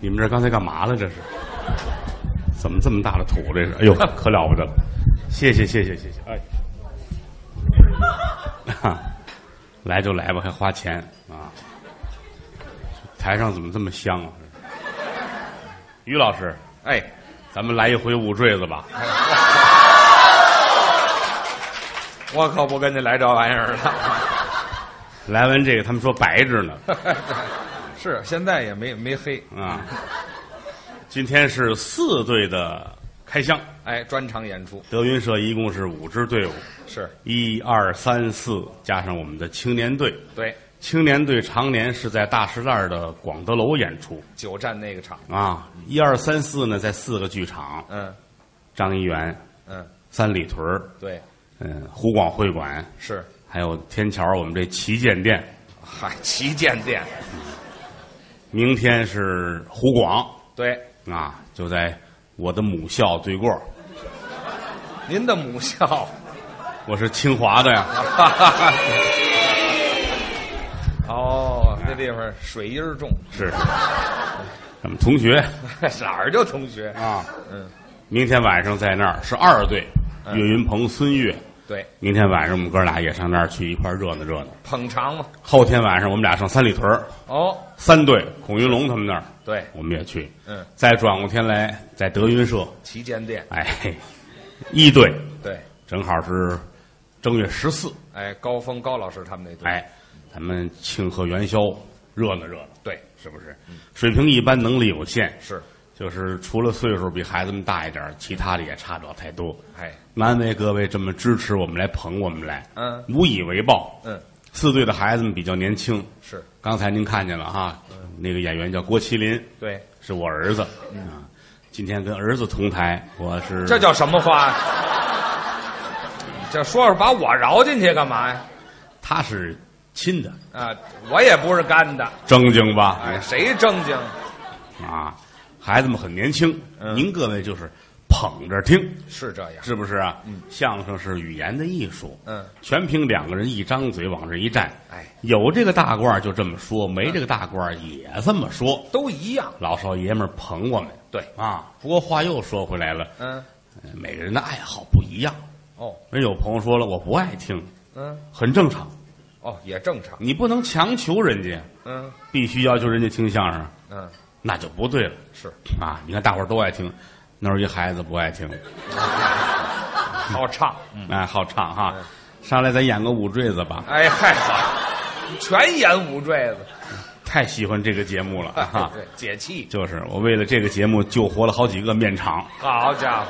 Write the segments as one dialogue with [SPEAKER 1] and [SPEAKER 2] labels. [SPEAKER 1] 你们这刚才干嘛了？这是怎么这么大的土？这是，哎呦，可了不得了！谢谢谢谢谢谢，哎，哈，来就来吧，还花钱啊！台上怎么这么香啊？于老师，
[SPEAKER 2] 哎，
[SPEAKER 1] 咱们来一回捂坠子吧。
[SPEAKER 2] 我可不跟你来这玩意儿了。
[SPEAKER 1] 来完这个，他们说白着呢
[SPEAKER 2] 是，现在也没没黑。
[SPEAKER 1] 啊。今天是四队的开箱，
[SPEAKER 2] 哎，专场演出
[SPEAKER 1] 德云社一共是五支队伍，
[SPEAKER 2] 是
[SPEAKER 1] 一二三四，加上我们的青年队。
[SPEAKER 2] 对
[SPEAKER 1] 青年队常年是在大石栏的广德楼演出
[SPEAKER 2] 九站那个场。
[SPEAKER 1] 啊，一二三四呢，在四个剧场：
[SPEAKER 2] 嗯
[SPEAKER 1] 张一元、
[SPEAKER 2] 嗯，
[SPEAKER 1] 三里屯儿
[SPEAKER 2] 对，
[SPEAKER 1] 嗯，湖广会馆，
[SPEAKER 2] 是。
[SPEAKER 1] 还有天桥我们这旗舰店。
[SPEAKER 2] 嗨，旗舰店。
[SPEAKER 1] 明天是湖广
[SPEAKER 2] 对，
[SPEAKER 1] 啊，就在我的母校对过儿，
[SPEAKER 2] 您的母校。
[SPEAKER 1] 我是清华的呀。
[SPEAKER 2] 哦，那地方水音儿重，
[SPEAKER 1] 是，咱们同学
[SPEAKER 2] 哪儿就同学？
[SPEAKER 1] 啊，
[SPEAKER 2] 嗯，
[SPEAKER 1] 明天晚上在那儿是二队，
[SPEAKER 2] 嗯
[SPEAKER 1] 岳云鹏、孙越。
[SPEAKER 2] 对，
[SPEAKER 1] 明天晚上我们哥俩也上那儿去一块儿热闹热闹。
[SPEAKER 2] 捧场嘛。
[SPEAKER 1] 后天晚上我们俩上三里屯儿，
[SPEAKER 2] 哦，
[SPEAKER 1] 三队孔云龙他们那儿，
[SPEAKER 2] 对，
[SPEAKER 1] 我们也去。
[SPEAKER 2] 嗯，
[SPEAKER 1] 再转过天来，在德云社，
[SPEAKER 2] 旗舰店，
[SPEAKER 1] 哎，一队
[SPEAKER 2] 对，
[SPEAKER 1] 正好是正月十四，
[SPEAKER 2] 哎，高峰高老师他们那队，
[SPEAKER 1] 哎，咱们庆贺元宵，热闹热闹，
[SPEAKER 2] 对，
[SPEAKER 1] 是不是？水平一般，能力有限，
[SPEAKER 2] 是，
[SPEAKER 1] 就是除了岁数比孩子们大一点儿，其他的也差不了太多。
[SPEAKER 2] 哎，
[SPEAKER 1] 难为各位这么支持我们，来捧我们来，
[SPEAKER 2] 嗯
[SPEAKER 1] 无以为报。
[SPEAKER 2] 嗯，
[SPEAKER 1] 四队的孩子们比较年轻，
[SPEAKER 2] 是
[SPEAKER 1] 刚才您看见了哈，
[SPEAKER 2] 嗯
[SPEAKER 1] 那个演员叫郭麒麟，
[SPEAKER 2] 对，
[SPEAKER 1] 是我儿子啊。今天跟儿子同台，我是
[SPEAKER 2] 嗯这叫什么话？这说说把我饶进去干嘛呀？
[SPEAKER 1] 他是亲的，
[SPEAKER 2] 啊，我也不是干的，
[SPEAKER 1] 正经吧？
[SPEAKER 2] 哎，谁正经？
[SPEAKER 1] 啊，孩子们很年轻，
[SPEAKER 2] 嗯
[SPEAKER 1] 您各位就是捧着听，
[SPEAKER 2] 是这样，
[SPEAKER 1] 是不是啊？相声是语言的艺术，
[SPEAKER 2] 嗯，
[SPEAKER 1] 全凭两个人一张嘴往这一站，
[SPEAKER 2] 哎，
[SPEAKER 1] 有这个大褂儿就这么说，没这个大褂儿也这么说。
[SPEAKER 2] 都一样，
[SPEAKER 1] 老少爷们儿捧我们
[SPEAKER 2] 对，
[SPEAKER 1] 啊！不过话又说回来了，
[SPEAKER 2] 嗯，
[SPEAKER 1] 呃每个人的爱好不一样。
[SPEAKER 2] 哦，
[SPEAKER 1] 人有朋友说了，我不爱听，
[SPEAKER 2] 嗯，
[SPEAKER 1] 很正常，
[SPEAKER 2] 哦，也正常，
[SPEAKER 1] 你不能强求人家，
[SPEAKER 2] 嗯
[SPEAKER 1] 必须要求人家听相声，
[SPEAKER 2] 嗯，
[SPEAKER 1] 那就不对了
[SPEAKER 2] 是，
[SPEAKER 1] 啊！你看大伙儿都爱听，那儿有一孩子不爱听，嗯
[SPEAKER 2] 好唱，
[SPEAKER 1] 哎，好唱哈
[SPEAKER 2] 嗯，
[SPEAKER 1] 上来咱演个五坠子吧，
[SPEAKER 2] 哎嗨，好，全演五坠子，
[SPEAKER 1] 太喜欢这个节目 了 哈。
[SPEAKER 2] 对，解气，
[SPEAKER 1] 就是我为了这个节目救活了好几个面场
[SPEAKER 2] 好家伙，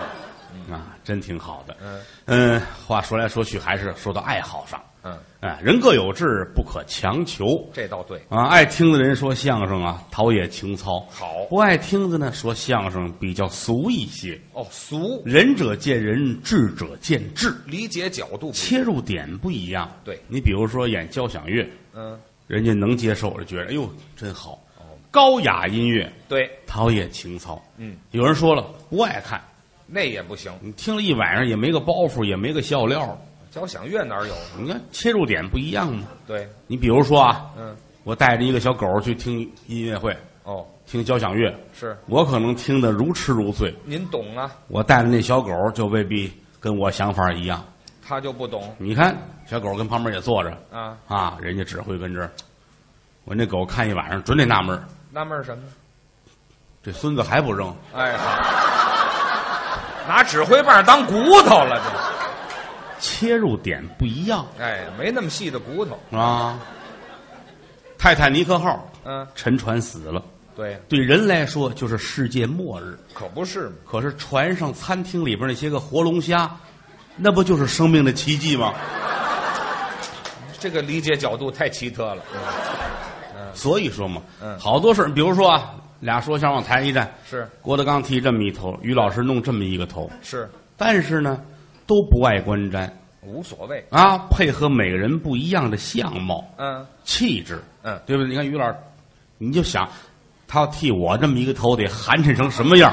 [SPEAKER 1] 啊，真挺好的。
[SPEAKER 2] 嗯
[SPEAKER 1] 嗯，话说来说去还是说到爱好上，
[SPEAKER 2] 嗯，
[SPEAKER 1] 哎，人各有志，不可强求
[SPEAKER 2] 这倒对，
[SPEAKER 1] 啊。爱听的人说相声啊，陶冶情操；
[SPEAKER 2] 好
[SPEAKER 1] 不爱听的呢，说相声比较俗一些。
[SPEAKER 2] 哦，俗
[SPEAKER 1] 仁者见仁，智者见智，
[SPEAKER 2] 理解角度不一样，
[SPEAKER 1] 切入点不一样。
[SPEAKER 2] 对
[SPEAKER 1] 你比如说演交响乐，
[SPEAKER 2] 嗯，
[SPEAKER 1] 人家能接受，我就觉得哎呦真好
[SPEAKER 2] 哦。
[SPEAKER 1] 高雅音乐
[SPEAKER 2] 对，
[SPEAKER 1] 陶冶情操。
[SPEAKER 2] 嗯，
[SPEAKER 1] 有人说了不爱看。
[SPEAKER 2] 那也不行，
[SPEAKER 1] 你听了一晚上也没个包袱，也没个笑料，
[SPEAKER 2] 交响乐哪儿有？
[SPEAKER 1] 你看切入点不一样嘛。
[SPEAKER 2] 对，
[SPEAKER 1] 你比如说啊，
[SPEAKER 2] 嗯，
[SPEAKER 1] 我带着一个小狗去听音乐会，
[SPEAKER 2] 哦，
[SPEAKER 1] 听交响乐，
[SPEAKER 2] 是，
[SPEAKER 1] 我可能听得如痴如醉，
[SPEAKER 2] 您懂啊，
[SPEAKER 1] 我带着那小狗就未必跟我想法一样。
[SPEAKER 2] 他就不懂
[SPEAKER 1] 你看，小狗跟旁边也坐着
[SPEAKER 2] 啊，
[SPEAKER 1] 啊，人家指挥跟这儿，我那狗看一晚上准得纳闷儿，
[SPEAKER 2] 纳闷儿什么呢？
[SPEAKER 1] 这孙子还不扔，
[SPEAKER 2] 哎，好，拿指挥棒当骨头了，
[SPEAKER 1] 切入点不一样
[SPEAKER 2] 这，哎，没那么细的骨头，
[SPEAKER 1] 啊。泰坦尼克号
[SPEAKER 2] 嗯，
[SPEAKER 1] 沉船死了，
[SPEAKER 2] 对，
[SPEAKER 1] 对人来说就是世界末日。
[SPEAKER 2] 可不是嘛，
[SPEAKER 1] 可是船上餐厅里边那些个活龙虾，那不就是生命的奇迹吗？
[SPEAKER 2] 这个理解角度太奇特了，
[SPEAKER 1] 所以说嘛，
[SPEAKER 2] 嗯
[SPEAKER 1] 好多事儿，比如说啊，俩说相声往台上一站，
[SPEAKER 2] 是
[SPEAKER 1] 郭德纲剃这么一头，于老师弄这么一个头，
[SPEAKER 2] 是，
[SPEAKER 1] 但是呢，都不爱观瞻
[SPEAKER 2] 无所谓，
[SPEAKER 1] 啊，配合每个人不一样的相貌、
[SPEAKER 2] 嗯
[SPEAKER 1] 气质，
[SPEAKER 2] 嗯，
[SPEAKER 1] 对不对？你看于老师，你就想，他要剃我这么一个头，得寒碜成什么样？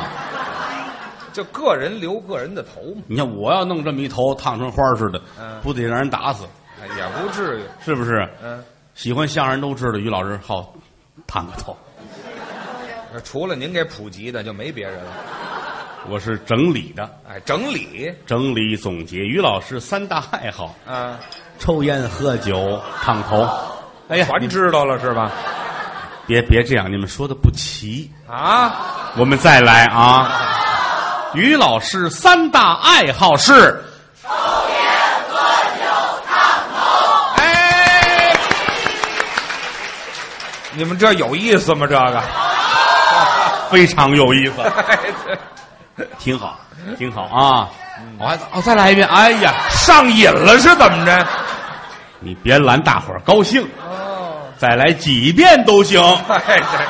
[SPEAKER 2] 就个人留个人的头嘛，
[SPEAKER 1] 你看我要弄这么一头，烫成花儿似的，
[SPEAKER 2] 嗯
[SPEAKER 1] 不得让人打死？
[SPEAKER 2] 哎也不至于，
[SPEAKER 1] 是不是？
[SPEAKER 2] 嗯，
[SPEAKER 1] 喜欢相声都知道，于老师好烫个头，
[SPEAKER 2] 除了您给普及的，就没别人了。
[SPEAKER 1] 我是整理的，
[SPEAKER 2] 哎，整理
[SPEAKER 1] 整理总结。于老师三大爱好：
[SPEAKER 2] 啊，
[SPEAKER 1] 抽烟、喝酒、烫头。哎呀，
[SPEAKER 2] 全知道了是吧？
[SPEAKER 1] 别别这样，你们说的不齐。
[SPEAKER 2] 啊，
[SPEAKER 1] 我们再来啊！于老师三大爱好是
[SPEAKER 2] 哎，你们这有意思吗？这个，
[SPEAKER 1] 非常有意思，
[SPEAKER 2] 哎这
[SPEAKER 1] 挺好，挺好啊！我还哦，再来一遍。哎呀，
[SPEAKER 2] 上瘾了是怎么着？
[SPEAKER 1] 你别拦大伙儿高兴，
[SPEAKER 2] 哦，
[SPEAKER 1] 再来几遍都行。
[SPEAKER 2] 哎这，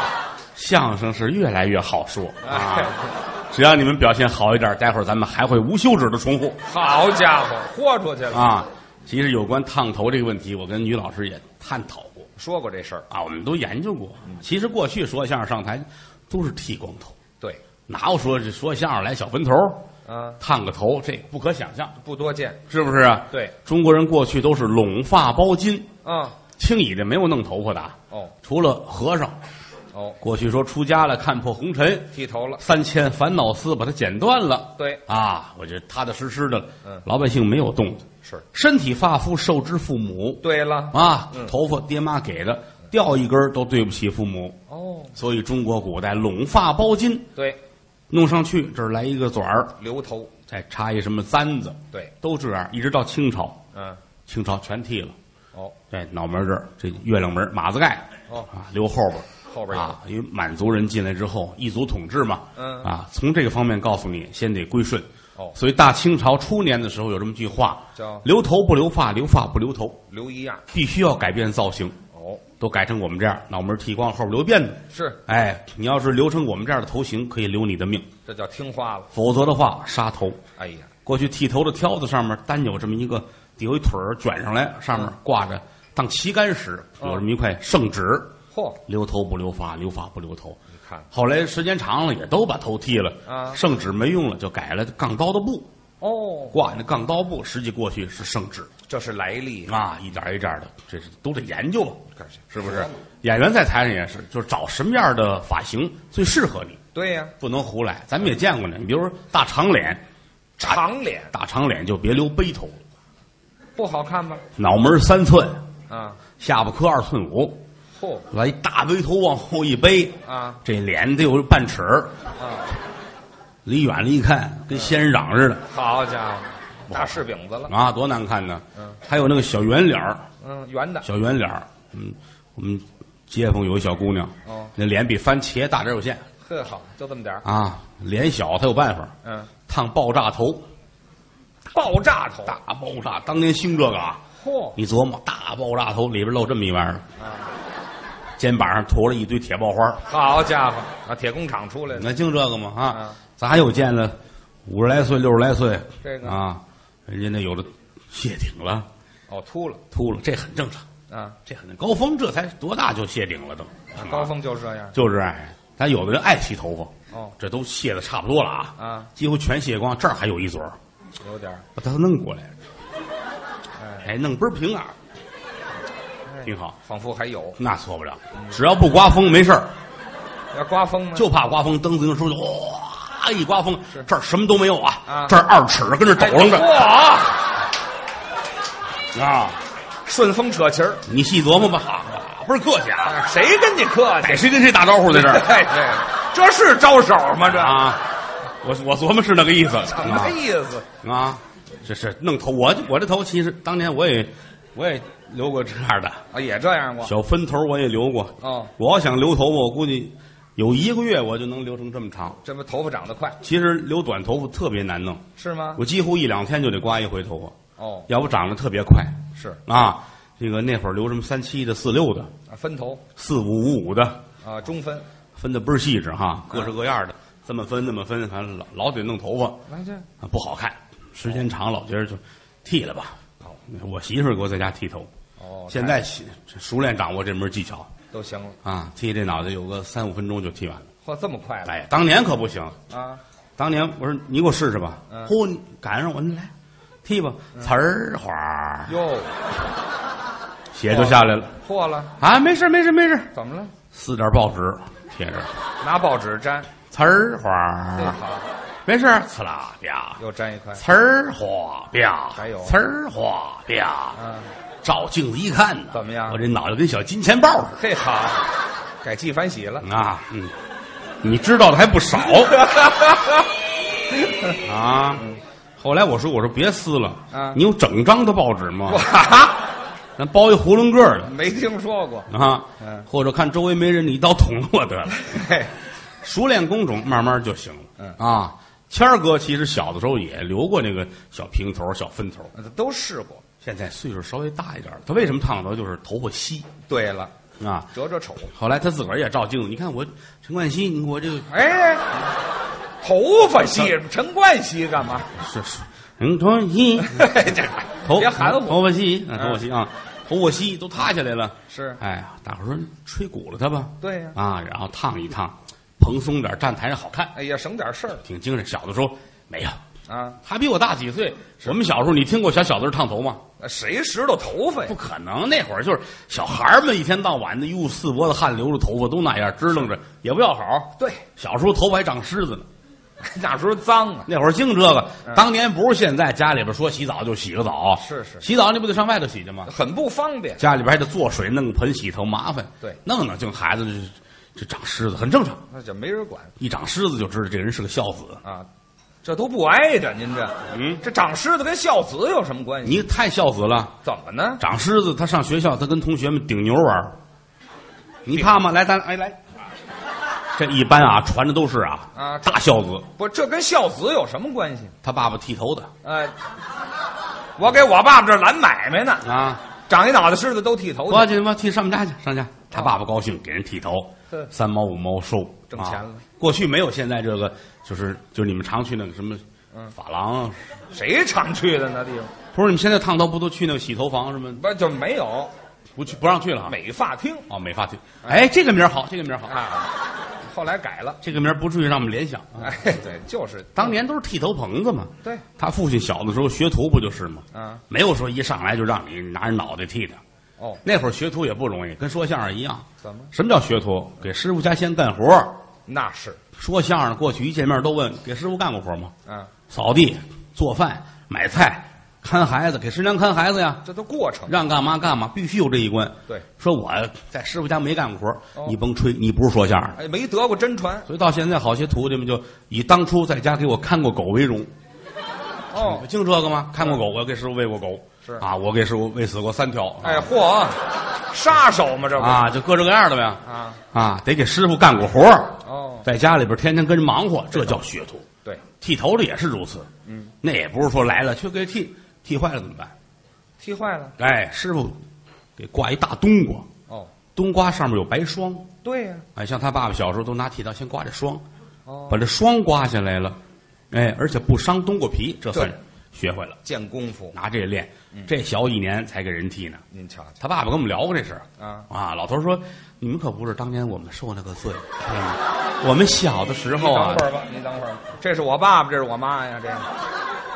[SPEAKER 1] 相声是越来越好说啊
[SPEAKER 2] 哎，
[SPEAKER 1] 只要你们表现好一点，待会儿咱们还会无休止的重复
[SPEAKER 2] 好家伙，豁出去了。
[SPEAKER 1] 啊。其实有关烫头这个问题，我跟于老师也探讨过
[SPEAKER 2] 说过这事儿，
[SPEAKER 1] 啊，我们都研究过。
[SPEAKER 2] 嗯
[SPEAKER 1] 其实过去说相声上台都是剃光头。
[SPEAKER 2] 对，
[SPEAKER 1] 哪有说这说相声来小分头
[SPEAKER 2] 啊，
[SPEAKER 1] 烫个头，这不可想象，
[SPEAKER 2] 不多见。
[SPEAKER 1] 是不是啊？
[SPEAKER 2] 对，
[SPEAKER 1] 中国人过去都是拢发包巾，
[SPEAKER 2] 啊，
[SPEAKER 1] 轻易的没有弄头发的啊，
[SPEAKER 2] 哦
[SPEAKER 1] 除了和尚。
[SPEAKER 2] 哦，
[SPEAKER 1] 过去说出家了看破红尘，
[SPEAKER 2] 剃头了。
[SPEAKER 1] 三千烦恼丝把它剪断了
[SPEAKER 2] 对，
[SPEAKER 1] 啊，我觉得踏踏实实的了。
[SPEAKER 2] 嗯
[SPEAKER 1] 老百姓没有动，
[SPEAKER 2] 是。
[SPEAKER 1] 身体发肤受之父母
[SPEAKER 2] 对了，
[SPEAKER 1] 啊，头发爹妈给的，掉一根儿都对不起父母。
[SPEAKER 2] 哦，
[SPEAKER 1] 所以中国古代拢发包巾，
[SPEAKER 2] 对，
[SPEAKER 1] 弄上去这儿来一个嘴儿，
[SPEAKER 2] 留头，
[SPEAKER 1] 再插一什么簪子，
[SPEAKER 2] 对，
[SPEAKER 1] 都这样，一直到清朝，
[SPEAKER 2] 嗯，
[SPEAKER 1] 清朝全剃了。
[SPEAKER 2] 哦
[SPEAKER 1] 哎，脑门这儿，这月亮门马子盖
[SPEAKER 2] 哦，
[SPEAKER 1] 啊，留后边儿
[SPEAKER 2] 后边有
[SPEAKER 1] 啊，因为满族人进来之后，异族统治嘛，
[SPEAKER 2] 嗯
[SPEAKER 1] 啊，从这个方面告诉你，先得归顺。
[SPEAKER 2] 哦
[SPEAKER 1] 所以大清朝初年的时候有这么句话
[SPEAKER 2] 叫：
[SPEAKER 1] 留头不留发，留发不留头，
[SPEAKER 2] 留一样，
[SPEAKER 1] 必须要改变造型，
[SPEAKER 2] 哦，
[SPEAKER 1] 都改成我们这样，脑门剃光，后边留辫子。
[SPEAKER 2] 是，
[SPEAKER 1] 哎，你要是留成我们这样的头型，可以留你的命；
[SPEAKER 2] 这叫听话了。
[SPEAKER 1] 否则的话，杀头。
[SPEAKER 2] 哎呀，
[SPEAKER 1] 过去剃头的挑子上面单有这么一个，底有一腿儿卷上来，上面挂着当旗杆使，有这么一块圣旨，
[SPEAKER 2] 嚯，
[SPEAKER 1] 留头不留发，留发不留头。
[SPEAKER 2] 你看，
[SPEAKER 1] 后来时间长了，也都把头剃了，
[SPEAKER 2] 啊
[SPEAKER 1] 圣旨没用了，就改了杠刀的布，
[SPEAKER 2] 哦，
[SPEAKER 1] 挂那杠刀布，实际过去是圣旨
[SPEAKER 2] 这是来历，
[SPEAKER 1] 啊，一点一点的，这是都得研究吧，
[SPEAKER 2] 看去
[SPEAKER 1] 是不是？演员在台上也是，就是找什么样的发型最适合你，
[SPEAKER 2] 对呀，
[SPEAKER 1] 不能胡来。咱们也见过呢，你比如说大长脸，
[SPEAKER 2] 长脸
[SPEAKER 1] 大长脸就别留背头，
[SPEAKER 2] 不好看吗？
[SPEAKER 1] 脑门三寸，
[SPEAKER 2] 啊，
[SPEAKER 1] 下巴磕二寸五，
[SPEAKER 2] 嚯，
[SPEAKER 1] 把一大背头往后一背，
[SPEAKER 2] 啊
[SPEAKER 1] 这脸得有半尺，
[SPEAKER 2] 啊，
[SPEAKER 1] 离远了一看跟仙人掌似的
[SPEAKER 2] 好家伙，大柿饼子了，
[SPEAKER 1] 啊，多难看呢
[SPEAKER 2] 嗯！
[SPEAKER 1] 还有那个小圆脸儿，
[SPEAKER 2] 嗯，圆的，
[SPEAKER 1] 小圆脸儿，嗯，我们街坊有一小姑娘，
[SPEAKER 2] 哦，
[SPEAKER 1] 那脸比番茄大点儿有限
[SPEAKER 2] 呵好，就这么点儿，
[SPEAKER 1] 啊，脸小她有办法，
[SPEAKER 2] 嗯，
[SPEAKER 1] 烫爆炸头，
[SPEAKER 2] 爆炸头，
[SPEAKER 1] 大爆炸，当年兴这个啊，
[SPEAKER 2] 嚯
[SPEAKER 1] 你琢磨大爆炸头里边露这么一玩意儿，
[SPEAKER 2] 啊，
[SPEAKER 1] 肩膀上驮着一堆铁爆花儿，
[SPEAKER 2] 好家伙，啊，铁工厂出来
[SPEAKER 1] 你
[SPEAKER 2] 的，
[SPEAKER 1] 看净这个嘛啊
[SPEAKER 2] 嗯，
[SPEAKER 1] 咱又见了五十来岁、六十来岁
[SPEAKER 2] 这个
[SPEAKER 1] 啊，人家那有的谢顶了、
[SPEAKER 2] 哦，秃了，
[SPEAKER 1] 秃了，这很正常，
[SPEAKER 2] 啊，
[SPEAKER 1] 这很高峰这才多大就谢顶了都，
[SPEAKER 2] 高峰就是这样，
[SPEAKER 1] 就是哎，咱有的人爱剃头发，
[SPEAKER 2] 哦，
[SPEAKER 1] 这都卸的差不多了啊，
[SPEAKER 2] 啊，
[SPEAKER 1] 几乎全卸光，这儿还有一撮儿，
[SPEAKER 2] 有点儿，
[SPEAKER 1] 把它弄过来，
[SPEAKER 2] 哎，
[SPEAKER 1] 哎，弄倍儿平啊，
[SPEAKER 2] 哎
[SPEAKER 1] 挺好，
[SPEAKER 2] 仿佛还有，
[SPEAKER 1] 那错不了，只要不刮风没事儿，
[SPEAKER 2] 要刮风吗？
[SPEAKER 1] 就怕刮风，蹬自行车就哇一刮风，这儿什么都没有啊
[SPEAKER 2] 啊，哎
[SPEAKER 1] 这儿二尺跟这抖楞着
[SPEAKER 2] 哇，
[SPEAKER 1] 啊，
[SPEAKER 2] 顺风扯旗儿，哎
[SPEAKER 1] 你细琢磨吧，啊倍儿客气啊，
[SPEAKER 2] 谁跟你客气？
[SPEAKER 1] 逮谁跟谁打招呼在 这儿
[SPEAKER 2] 哎，对，这是招手吗？这
[SPEAKER 1] 啊，我我琢磨是那个意思
[SPEAKER 2] 什么意思？
[SPEAKER 1] 啊啊，这是弄头，我我这头其实当年我也我也留过这样的。
[SPEAKER 2] 啊，也这样过
[SPEAKER 1] 小分头我也留过。
[SPEAKER 2] 哦，
[SPEAKER 1] 我要想留头发，我估计有一个月我就能留成这么长。
[SPEAKER 2] 这不头发长得快
[SPEAKER 1] 其实留短头发特别难弄，
[SPEAKER 2] 是吗？
[SPEAKER 1] 我几乎一两天就得刮一回头发，
[SPEAKER 2] 哦，
[SPEAKER 1] 要不长得特别快
[SPEAKER 2] 是
[SPEAKER 1] 啊。这个那会儿留什么三七的、四六的、
[SPEAKER 2] 啊，分头
[SPEAKER 1] 四五五五的，
[SPEAKER 2] 啊，中分，
[SPEAKER 1] 分的倍儿细致哈，各式各样的，这么分那么分，反正老老得弄头发
[SPEAKER 2] 来这
[SPEAKER 1] 啊，不好看。时间长了，我觉得就剃了吧。
[SPEAKER 2] 好
[SPEAKER 1] 我媳妇儿给我在家剃头，
[SPEAKER 2] 哦，
[SPEAKER 1] 现在习熟练掌握这门技巧
[SPEAKER 2] 都行了，
[SPEAKER 1] 啊，剃这脑袋有个三五分钟就剃完了。
[SPEAKER 2] 嚯，这么快了
[SPEAKER 1] 哎，当年可不行，
[SPEAKER 2] 啊！
[SPEAKER 1] 当年我说你给我试试吧
[SPEAKER 2] 嗯，
[SPEAKER 1] 嚯、你赶上我，你来剃吧，呲儿花儿
[SPEAKER 2] 哟，
[SPEAKER 1] 血就下来了
[SPEAKER 2] 破了，
[SPEAKER 1] 啊！没事没事没事，
[SPEAKER 2] 怎么了？
[SPEAKER 1] 撕点报纸贴着，
[SPEAKER 2] 拿报纸粘，
[SPEAKER 1] 呲儿花
[SPEAKER 2] 这
[SPEAKER 1] 儿，
[SPEAKER 2] 好，
[SPEAKER 1] 没事儿，呲啦啪，
[SPEAKER 2] 又粘一块。
[SPEAKER 1] 呲儿花啪，
[SPEAKER 2] 还有
[SPEAKER 1] 呲儿花啪，
[SPEAKER 2] 嗯，
[SPEAKER 1] 照镜子一看呢，
[SPEAKER 2] 怎么样
[SPEAKER 1] 我这脑袋跟小金钱豹似
[SPEAKER 2] 嘿好，改纪反喜了。
[SPEAKER 1] 的啊，嗯，你知道的还不少啊。后来我说，我说别撕了，
[SPEAKER 2] 啊
[SPEAKER 1] 你有整张的报纸吗？
[SPEAKER 2] 哇，
[SPEAKER 1] 咱包一囫囵个儿的
[SPEAKER 2] 没听说过。
[SPEAKER 1] 啊，
[SPEAKER 2] 嗯
[SPEAKER 1] 或者看周围没人，你一刀捅了我得了。
[SPEAKER 2] 嘿，
[SPEAKER 1] 熟练工种，慢慢就行了。
[SPEAKER 2] 嗯
[SPEAKER 1] 啊，谦儿哥其实小的时候也留过那个小平头、小分头，
[SPEAKER 2] 都试过。
[SPEAKER 1] 现在岁数稍微大一点了，他为什么烫头？就是头发稀
[SPEAKER 2] 对了，
[SPEAKER 1] 啊。
[SPEAKER 2] 折折丑。
[SPEAKER 1] 后来他自个儿也照镜子，你看我陈冠希，你我这个
[SPEAKER 2] 哎，头发稀，陈冠希干嘛？
[SPEAKER 1] 是是嗯陈冠希头
[SPEAKER 2] 别嗯含糊。
[SPEAKER 1] 头发稀，啊头发稀啊，头发稀都塌下来了。
[SPEAKER 2] 是，
[SPEAKER 1] 哎呀，大伙儿说吹鼓了他吧，
[SPEAKER 2] 对呀、
[SPEAKER 1] 啊，然后烫一烫，蓬松点儿，站台上好看，
[SPEAKER 2] 哎呀，省点事儿
[SPEAKER 1] 挺精神。小的时候没有，
[SPEAKER 2] 啊！
[SPEAKER 1] 他比我大几岁。我们小时候，你听过小小子烫头吗？
[SPEAKER 2] 谁拾掇头发
[SPEAKER 1] 不
[SPEAKER 2] 呀？
[SPEAKER 1] 可能，那会儿就是小孩儿们一天到晚的，哟，四脖子汗流着头发都那样，支棱着也不要好。
[SPEAKER 2] 对，
[SPEAKER 1] 小时候头发还长虱子呢，
[SPEAKER 2] 那时候脏啊。
[SPEAKER 1] 那会儿净这个。
[SPEAKER 2] 嗯
[SPEAKER 1] 当年不是现在家里边说洗澡就洗个澡，
[SPEAKER 2] 是是
[SPEAKER 1] 洗澡你不得上外头洗去吗？
[SPEAKER 2] 很不方便。
[SPEAKER 1] 家里边还得做水弄个盆洗头，麻烦。
[SPEAKER 2] 对
[SPEAKER 1] 弄弄净孩子这这长虱子很正常，
[SPEAKER 2] 那就没人管
[SPEAKER 1] 一长虱子就知道这人是个孝子。
[SPEAKER 2] 啊，这都不挨着您这，
[SPEAKER 1] 嗯，
[SPEAKER 2] 这长虱子跟孝子有什么关系？
[SPEAKER 1] 你太孝子了。
[SPEAKER 2] 怎么呢？
[SPEAKER 1] 长虱子，他上学校，他跟同学们顶牛玩儿你怕吗？来，咱哎来，这一般啊，传的都是啊，
[SPEAKER 2] 啊
[SPEAKER 1] 大孝子，
[SPEAKER 2] 不，这跟孝子有什么关系？
[SPEAKER 1] 他爸爸剃头的
[SPEAKER 2] 呃，我给我爸爸这儿揽买卖呢，
[SPEAKER 1] 啊，
[SPEAKER 2] 长一脑袋虱子都剃头
[SPEAKER 1] 不要
[SPEAKER 2] 去，
[SPEAKER 1] 紧吧，剃上我们家去，上家。他爸爸高兴，给人剃头
[SPEAKER 2] 哦呵，
[SPEAKER 1] 三毛五毛收，
[SPEAKER 2] 挣钱了
[SPEAKER 1] 啊过去没有现在这个，就是就是你们常去那个什么
[SPEAKER 2] 嗯
[SPEAKER 1] 发廊啊，
[SPEAKER 2] 谁常去的那地方？
[SPEAKER 1] 不是你们现在烫头不都去那个洗头房什么？
[SPEAKER 2] 不就没有
[SPEAKER 1] 不去不让去了啊？
[SPEAKER 2] 美发厅
[SPEAKER 1] 哦，美发厅。哎，这个名儿好，这个名儿好，
[SPEAKER 2] 啊？后来改了，
[SPEAKER 1] 这个名儿不至于让我们联想啊。
[SPEAKER 2] 哎，对，就是
[SPEAKER 1] 当年都是剃头棚子嘛。
[SPEAKER 2] 对
[SPEAKER 1] 他父亲小的时候学徒不就是吗？
[SPEAKER 2] 啊，
[SPEAKER 1] 没有说一上来就让你拿着脑袋剃的。
[SPEAKER 2] 哦，
[SPEAKER 1] 那会儿学徒也不容易，跟说相声一样。
[SPEAKER 2] 怎么？
[SPEAKER 1] 什么叫学徒？给师傅家先干活。
[SPEAKER 2] 那是
[SPEAKER 1] 说相声过去一见面都问：给师傅干过活吗？
[SPEAKER 2] 啊，
[SPEAKER 1] 扫地、做饭、买菜、看孩子，给师娘看孩子呀，
[SPEAKER 2] 这都过程。
[SPEAKER 1] 让干嘛干嘛，必须有这一关。
[SPEAKER 2] 对，
[SPEAKER 1] 说我在师傅家没干过活，
[SPEAKER 2] 哦
[SPEAKER 1] 你甭吹，你不是说相声的。
[SPEAKER 2] 哎，没得过真传
[SPEAKER 1] 所以到现在，好些徒弟们就以当初在家给我看过狗为荣。
[SPEAKER 2] 哦
[SPEAKER 1] 不，净这个吗？看过狗，我给师傅喂过狗，
[SPEAKER 2] 是
[SPEAKER 1] 啊，我给师傅喂死过三条，
[SPEAKER 2] 哎，嚯，杀手嘛，这不
[SPEAKER 1] 啊，就各这各样的呗，
[SPEAKER 2] 啊，
[SPEAKER 1] 啊，得给师傅干过活儿
[SPEAKER 2] 哦，
[SPEAKER 1] 在家里边天天跟人忙活，这叫学徒。
[SPEAKER 2] 对，
[SPEAKER 1] 剃头的也是如此，
[SPEAKER 2] 嗯，
[SPEAKER 1] 那也不是说来了去给剃，剃坏了怎么办？
[SPEAKER 2] 踢坏了，
[SPEAKER 1] 哎，师傅给挂一大冬瓜，
[SPEAKER 2] 哦，
[SPEAKER 1] 冬瓜上面有白霜，
[SPEAKER 2] 对呀，
[SPEAKER 1] 哎，像他爸爸小时候都拿剃刀先刮这霜，
[SPEAKER 2] 哦
[SPEAKER 1] 把，这霜刮下来了，哎，而且不伤冬瓜皮，这算
[SPEAKER 2] 对
[SPEAKER 1] 学会了，
[SPEAKER 2] 见功夫，
[SPEAKER 1] 拿这练，这小一年才给人剃呢。
[SPEAKER 2] 您瞧瞧
[SPEAKER 1] 他爸爸跟我们聊过这事儿
[SPEAKER 2] 啊，
[SPEAKER 1] 啊，老头儿说：“你们可不是当年我们受那个罪，哎呀我们小的时候啊
[SPEAKER 2] 你等会，儿吧，你等会儿，这是我爸爸，这是我妈呀，这个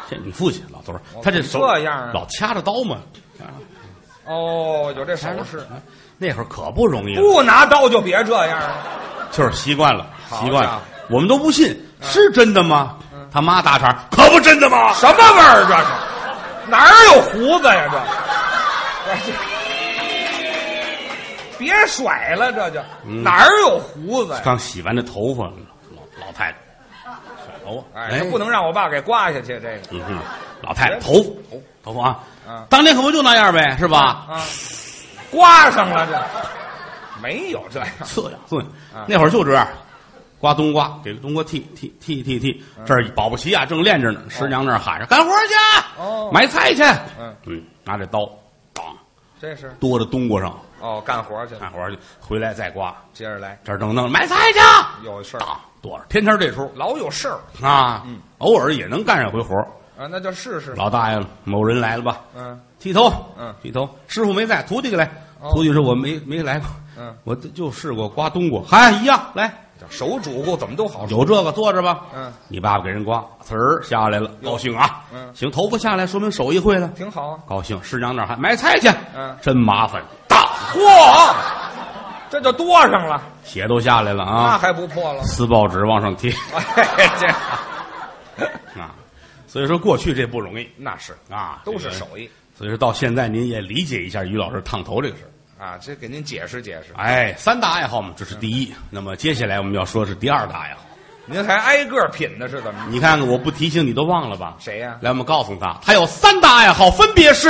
[SPEAKER 1] 这你父亲老头儿，他这手
[SPEAKER 2] 这样啊
[SPEAKER 1] 老掐着刀嘛，啊
[SPEAKER 2] 哦，有这手势，
[SPEAKER 1] 那会儿可不容易了，
[SPEAKER 2] 不拿刀就别这样了，
[SPEAKER 1] 就是习惯了，
[SPEAKER 2] 好
[SPEAKER 1] 习惯
[SPEAKER 2] 家
[SPEAKER 1] 了
[SPEAKER 2] 伙。嗯
[SPEAKER 1] 我们都不信是真的吗？他妈打岔，可不真的吗？
[SPEAKER 2] 什么味儿啊这是？哪儿有胡子呀这？这别甩了，这就、哪儿有胡子呀？
[SPEAKER 1] 刚洗完这头发，老老太太，甩头发，
[SPEAKER 2] 哎，这不能让我爸给刮下去，这个
[SPEAKER 1] 嗯哼，老太太头发
[SPEAKER 2] 头
[SPEAKER 1] 头发啊
[SPEAKER 2] 嗯，
[SPEAKER 1] 当年可不就那样呗，是吧？
[SPEAKER 2] 啊，刮上了这，没有这样
[SPEAKER 1] 刺痒刺痒
[SPEAKER 2] 啊。
[SPEAKER 1] 那会儿就这样，刮冬瓜，给冬瓜剃剃剃剃剃。
[SPEAKER 2] 嗯
[SPEAKER 1] 这儿保不齐啊，正练着呢，师娘那儿喊着干活去，
[SPEAKER 2] 哦
[SPEAKER 1] 买菜去。
[SPEAKER 2] 嗯
[SPEAKER 1] 嗯，拿着刀，当
[SPEAKER 2] 这是
[SPEAKER 1] 剁着冬瓜上
[SPEAKER 2] 哦，干活去了，
[SPEAKER 1] 干活去，回来再刮，
[SPEAKER 2] 接着来，
[SPEAKER 1] 这儿正弄买菜去，
[SPEAKER 2] 有事儿，
[SPEAKER 1] 当剁着，天天这出
[SPEAKER 2] 老有事儿
[SPEAKER 1] 啊
[SPEAKER 2] 嗯，
[SPEAKER 1] 偶尔也能干上回活。
[SPEAKER 2] 啊，那就试试，
[SPEAKER 1] 老大爷，某人来了吧？
[SPEAKER 2] 嗯
[SPEAKER 1] 剃头，
[SPEAKER 2] 嗯
[SPEAKER 1] 剃头，师傅没在，徒弟给来。
[SPEAKER 2] 哦
[SPEAKER 1] 徒弟说：“我没没来过，
[SPEAKER 2] 嗯，
[SPEAKER 1] 我就试过刮冬瓜，嗨，一样来，
[SPEAKER 2] 这手主顾怎么都好，
[SPEAKER 1] 有这个坐着吧。
[SPEAKER 2] 嗯，
[SPEAKER 1] 你爸爸给人刮，呲儿下来了，
[SPEAKER 2] 哟
[SPEAKER 1] 高兴啊！
[SPEAKER 2] 嗯
[SPEAKER 1] 行，头发下来，说明手艺会了，
[SPEAKER 2] 挺好啊，
[SPEAKER 1] 高兴。师娘那儿还买菜去，
[SPEAKER 2] 嗯
[SPEAKER 1] 真麻烦，大
[SPEAKER 2] 嚯，这就多上了，
[SPEAKER 1] 血都下来了
[SPEAKER 2] 那
[SPEAKER 1] 啊！
[SPEAKER 2] 还不破了？
[SPEAKER 1] 撕报纸往上 贴
[SPEAKER 2] 哎，这
[SPEAKER 1] 啊！所以说过去这不容易
[SPEAKER 2] 那是
[SPEAKER 1] 啊，
[SPEAKER 2] 都是
[SPEAKER 1] 这个
[SPEAKER 2] 手艺
[SPEAKER 1] 所以说到现在您也理解一下于老师烫头这个事儿。
[SPEAKER 2] 啊，这给您解释解释。
[SPEAKER 1] 哎，三大爱好嘛，这是第
[SPEAKER 2] 嗯
[SPEAKER 1] 一。那么接下来我们要说是第二大爱好。
[SPEAKER 2] 您还挨个品呢，是怎么着？
[SPEAKER 1] 你看看，我不提醒你都忘了吧？
[SPEAKER 2] 谁啊呀、
[SPEAKER 1] 来，我们告诉他，他有三大爱好，分别是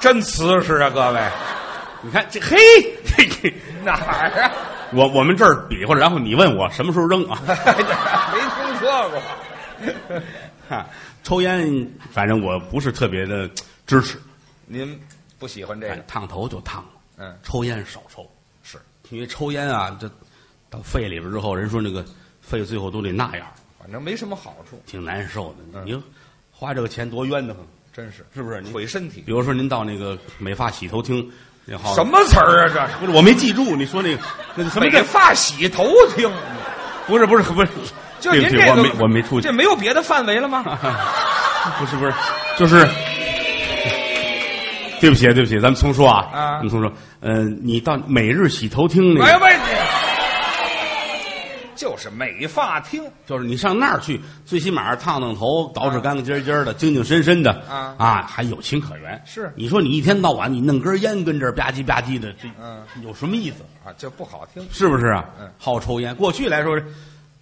[SPEAKER 2] 真瓷实啊，各位，
[SPEAKER 1] 你看这嘿，嘿嘿
[SPEAKER 2] 哪儿 啊？
[SPEAKER 1] 我我们这儿比划，然后你问我什么时候扔啊？
[SPEAKER 2] 没听说过。
[SPEAKER 1] 哈抽烟，反正我不是特别的支持，
[SPEAKER 2] 您不喜欢这
[SPEAKER 1] 哎
[SPEAKER 2] 个？
[SPEAKER 1] 烫头就烫了，
[SPEAKER 2] 嗯，
[SPEAKER 1] 抽烟少抽，
[SPEAKER 2] 是
[SPEAKER 1] 因为抽烟啊，这到肺里边之后，人说那个肺最后都得那样，
[SPEAKER 2] 反正没什么好处，
[SPEAKER 1] 挺难受的。
[SPEAKER 2] 嗯
[SPEAKER 1] 你花这个钱多冤得很，
[SPEAKER 2] 真是
[SPEAKER 1] 是不是？你
[SPEAKER 2] 毁身体。
[SPEAKER 1] 比如说您到那个美发洗头厅，然后
[SPEAKER 2] 什么词儿啊？这是
[SPEAKER 1] 不是我没记住，你说那个那个什么
[SPEAKER 2] 美
[SPEAKER 1] 叫
[SPEAKER 2] 发洗头听，
[SPEAKER 1] 不是不是不是，
[SPEAKER 2] 就
[SPEAKER 1] 对
[SPEAKER 2] 您
[SPEAKER 1] 不起
[SPEAKER 2] 这
[SPEAKER 1] 我
[SPEAKER 2] 个
[SPEAKER 1] 没我没出去
[SPEAKER 2] 这，没有别的范围了吗？
[SPEAKER 1] 不是不是，就是。对不起，对不起，咱们重说啊，
[SPEAKER 2] 啊
[SPEAKER 1] 咱们重说。呃，你到每日洗头厅那
[SPEAKER 2] 哎
[SPEAKER 1] 个，
[SPEAKER 2] 呀喂，就是美发厅，
[SPEAKER 1] 就是你上那儿去，最起码烫烫头，捯饬干干净净的，精精神神的，
[SPEAKER 2] 啊
[SPEAKER 1] 还有情可原。
[SPEAKER 2] 是
[SPEAKER 1] 你说你一天到晚你弄根烟跟这儿吧唧吧唧的，这
[SPEAKER 2] 嗯
[SPEAKER 1] 有什么意思？
[SPEAKER 2] 啊，这不好听。
[SPEAKER 1] 是不是啊？
[SPEAKER 2] 嗯
[SPEAKER 1] 好抽烟。过去来说，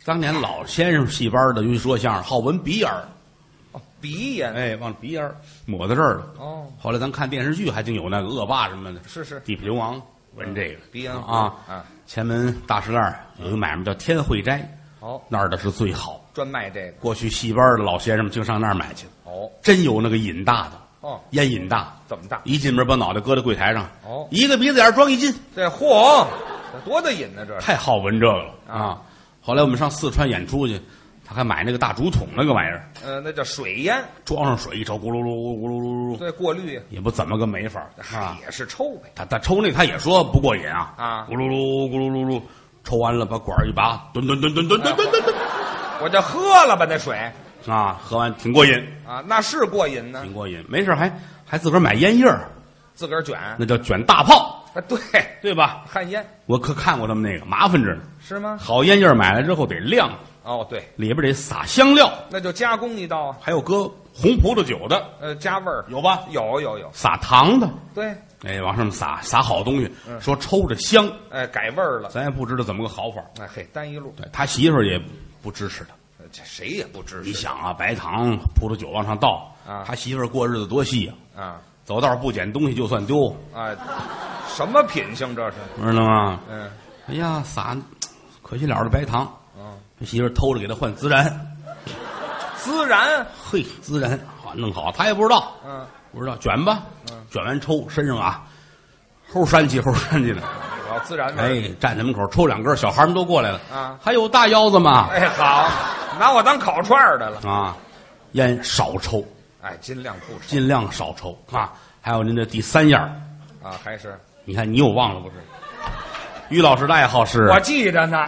[SPEAKER 1] 当年老先生戏班的，尤其说相声，好闻鼻烟儿，
[SPEAKER 2] 哦，鼻炎
[SPEAKER 1] 哎，往鼻烟儿抹到这儿了。
[SPEAKER 2] 哦，
[SPEAKER 1] 后来咱看电视剧，还净有那个恶霸什么的，
[SPEAKER 2] 是是
[SPEAKER 1] 地痞流氓闻这个
[SPEAKER 2] 鼻炎
[SPEAKER 1] 啊。
[SPEAKER 2] 啊，
[SPEAKER 1] 前门大石栏儿有一个买卖叫天惠斋，
[SPEAKER 2] 好，
[SPEAKER 1] 那儿的是最好。
[SPEAKER 2] 专卖这个
[SPEAKER 1] 过去戏班的老先生们净上那儿买去，
[SPEAKER 2] 哦
[SPEAKER 1] 真有那个瘾大的
[SPEAKER 2] 哦，
[SPEAKER 1] 烟瘾大，
[SPEAKER 2] 怎么大？
[SPEAKER 1] 一进门把脑袋搁在柜台上，
[SPEAKER 2] 哦，
[SPEAKER 1] 一个鼻子眼儿装一斤，
[SPEAKER 2] 这嚯，这多大瘾呢？这是
[SPEAKER 1] 太好闻这个了啊！后来我们上四川演出去，他还买那个大竹筒那个玩意儿，
[SPEAKER 2] 呃，那叫水烟，
[SPEAKER 1] 装上水一抽，咕噜噜咕噜咕噜噜噜噜，
[SPEAKER 2] 对，过滤啊
[SPEAKER 1] 也不怎么个没法 儿啊。
[SPEAKER 2] 也是抽呗。
[SPEAKER 1] 他他抽那他也说不过瘾啊
[SPEAKER 2] 啊
[SPEAKER 1] 咕噜噜咕噜噜噜，抽完了把管儿一拔，吨吨吨吨吨吨吨吨吨
[SPEAKER 2] 我这喝了吧，那水
[SPEAKER 1] 啊，喝完挺过瘾，
[SPEAKER 2] 啊，那是过瘾呢
[SPEAKER 1] 挺，过瘾，没事儿还还自个儿买烟叶儿，
[SPEAKER 2] 自个儿卷啊，
[SPEAKER 1] 那叫卷大炮，
[SPEAKER 2] 对，
[SPEAKER 1] 对吧？
[SPEAKER 2] 旱烟
[SPEAKER 1] 我可看过他们那个麻烦着呢，
[SPEAKER 2] 是吗？
[SPEAKER 1] 好烟叶儿买来之后得晾，
[SPEAKER 2] 哦，对，
[SPEAKER 1] 里边得撒香料，
[SPEAKER 2] 那就加工一道啊，
[SPEAKER 1] 还有搁红葡萄酒的，
[SPEAKER 2] 呃，加味儿，
[SPEAKER 1] 有吧？
[SPEAKER 2] 有有有，
[SPEAKER 1] 撒糖的，
[SPEAKER 2] 对，
[SPEAKER 1] 哎，往上面撒撒好东西，说抽着香，
[SPEAKER 2] 哎，改味儿了，
[SPEAKER 1] 咱也不知道怎么个好法儿。
[SPEAKER 2] 哎嘿，单一路，
[SPEAKER 1] 对他媳妇儿也不支持他。
[SPEAKER 2] 呃这谁也不支
[SPEAKER 1] 你
[SPEAKER 2] 持
[SPEAKER 1] 想啊，白糖、葡萄酒往上倒，
[SPEAKER 2] 啊
[SPEAKER 1] 他媳妇儿过日子多细啊，
[SPEAKER 2] 啊
[SPEAKER 1] 走道不捡东西就算丢，
[SPEAKER 2] 啊，什么品性这是？
[SPEAKER 1] 知道吗？
[SPEAKER 2] 嗯，
[SPEAKER 1] 哎呀，撒，可惜了的白糖，
[SPEAKER 2] 嗯，
[SPEAKER 1] 他媳妇儿偷着给他换孜然，
[SPEAKER 2] 孜然，
[SPEAKER 1] 嘿，孜然啊，弄好他也不知道，
[SPEAKER 2] 嗯，
[SPEAKER 1] 不知道卷吧，卷完抽身上啊，齁扇起齁扇起来。
[SPEAKER 2] 老孜然味儿，
[SPEAKER 1] 哎，站在门口抽两根，小孩们都过来了
[SPEAKER 2] 啊
[SPEAKER 1] 还有大腰子吗？
[SPEAKER 2] 哎，好，拿我当烤串儿的了，
[SPEAKER 1] 啊，烟少抽，
[SPEAKER 2] 哎，尽量不吃
[SPEAKER 1] 尽量少抽啊。还有您的第三样儿，
[SPEAKER 2] 啊，还是
[SPEAKER 1] 你看你又忘了不是？于老师的爱好是
[SPEAKER 2] 我记着呢，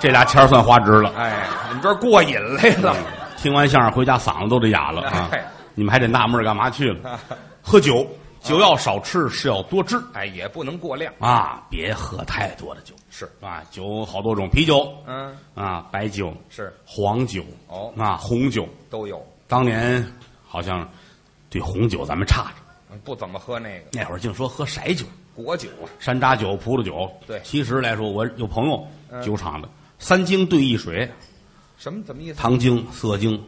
[SPEAKER 1] 这俩钱儿算花值 了。
[SPEAKER 2] 哎，你们这儿过瘾来了，
[SPEAKER 1] 听完相声回家嗓子都得哑了啊
[SPEAKER 2] 哎！
[SPEAKER 1] 你们还得纳闷儿干嘛去 了？喝酒，酒要少吃，是要多治
[SPEAKER 2] 哎，也不能过量，
[SPEAKER 1] 啊！别喝太多的酒
[SPEAKER 2] 是，
[SPEAKER 1] 啊，酒好多种，啤酒
[SPEAKER 2] 嗯，
[SPEAKER 1] 啊，白酒、
[SPEAKER 2] 是，
[SPEAKER 1] 黄酒
[SPEAKER 2] 哦，
[SPEAKER 1] 啊，红酒。
[SPEAKER 2] 都有，
[SPEAKER 1] 当年好像对红酒咱们差着，
[SPEAKER 2] 嗯不怎么喝那个
[SPEAKER 1] 那会儿净说喝色酒、
[SPEAKER 2] 果酒啊，
[SPEAKER 1] 山楂酒、葡萄酒。
[SPEAKER 2] 对
[SPEAKER 1] 其实来说，我有朋友
[SPEAKER 2] 嗯
[SPEAKER 1] 酒厂的，三精兑一水，
[SPEAKER 2] 什么怎么意思？
[SPEAKER 1] 糖精、色精，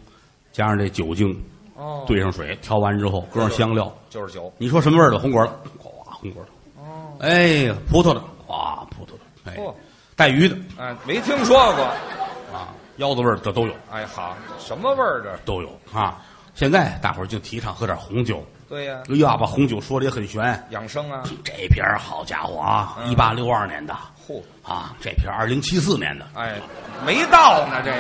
[SPEAKER 1] 加上这酒精，
[SPEAKER 2] 哦，
[SPEAKER 1] 兑上水，调完之后搁上香料。
[SPEAKER 2] 就是酒，
[SPEAKER 1] 你说什么味儿的？红果的，哗，红果的。
[SPEAKER 2] 哦，
[SPEAKER 1] 哎，葡萄的，哗，葡萄的。哎
[SPEAKER 2] 嚯，
[SPEAKER 1] 带鱼的
[SPEAKER 2] 哎，没听说过，
[SPEAKER 1] 啊，腰子味儿的都有，
[SPEAKER 2] 哎，好，什么味儿这是？
[SPEAKER 1] 都有啊。现在大伙儿就提倡喝点红酒，
[SPEAKER 2] 对呀、
[SPEAKER 1] 哎呀，把红酒说的也很悬。
[SPEAKER 2] 养生啊，
[SPEAKER 1] 这瓶儿好家伙啊，一八六二年的
[SPEAKER 2] 嚯，
[SPEAKER 1] 啊，这瓶二零七四年的，
[SPEAKER 2] 哎，没到呢这个，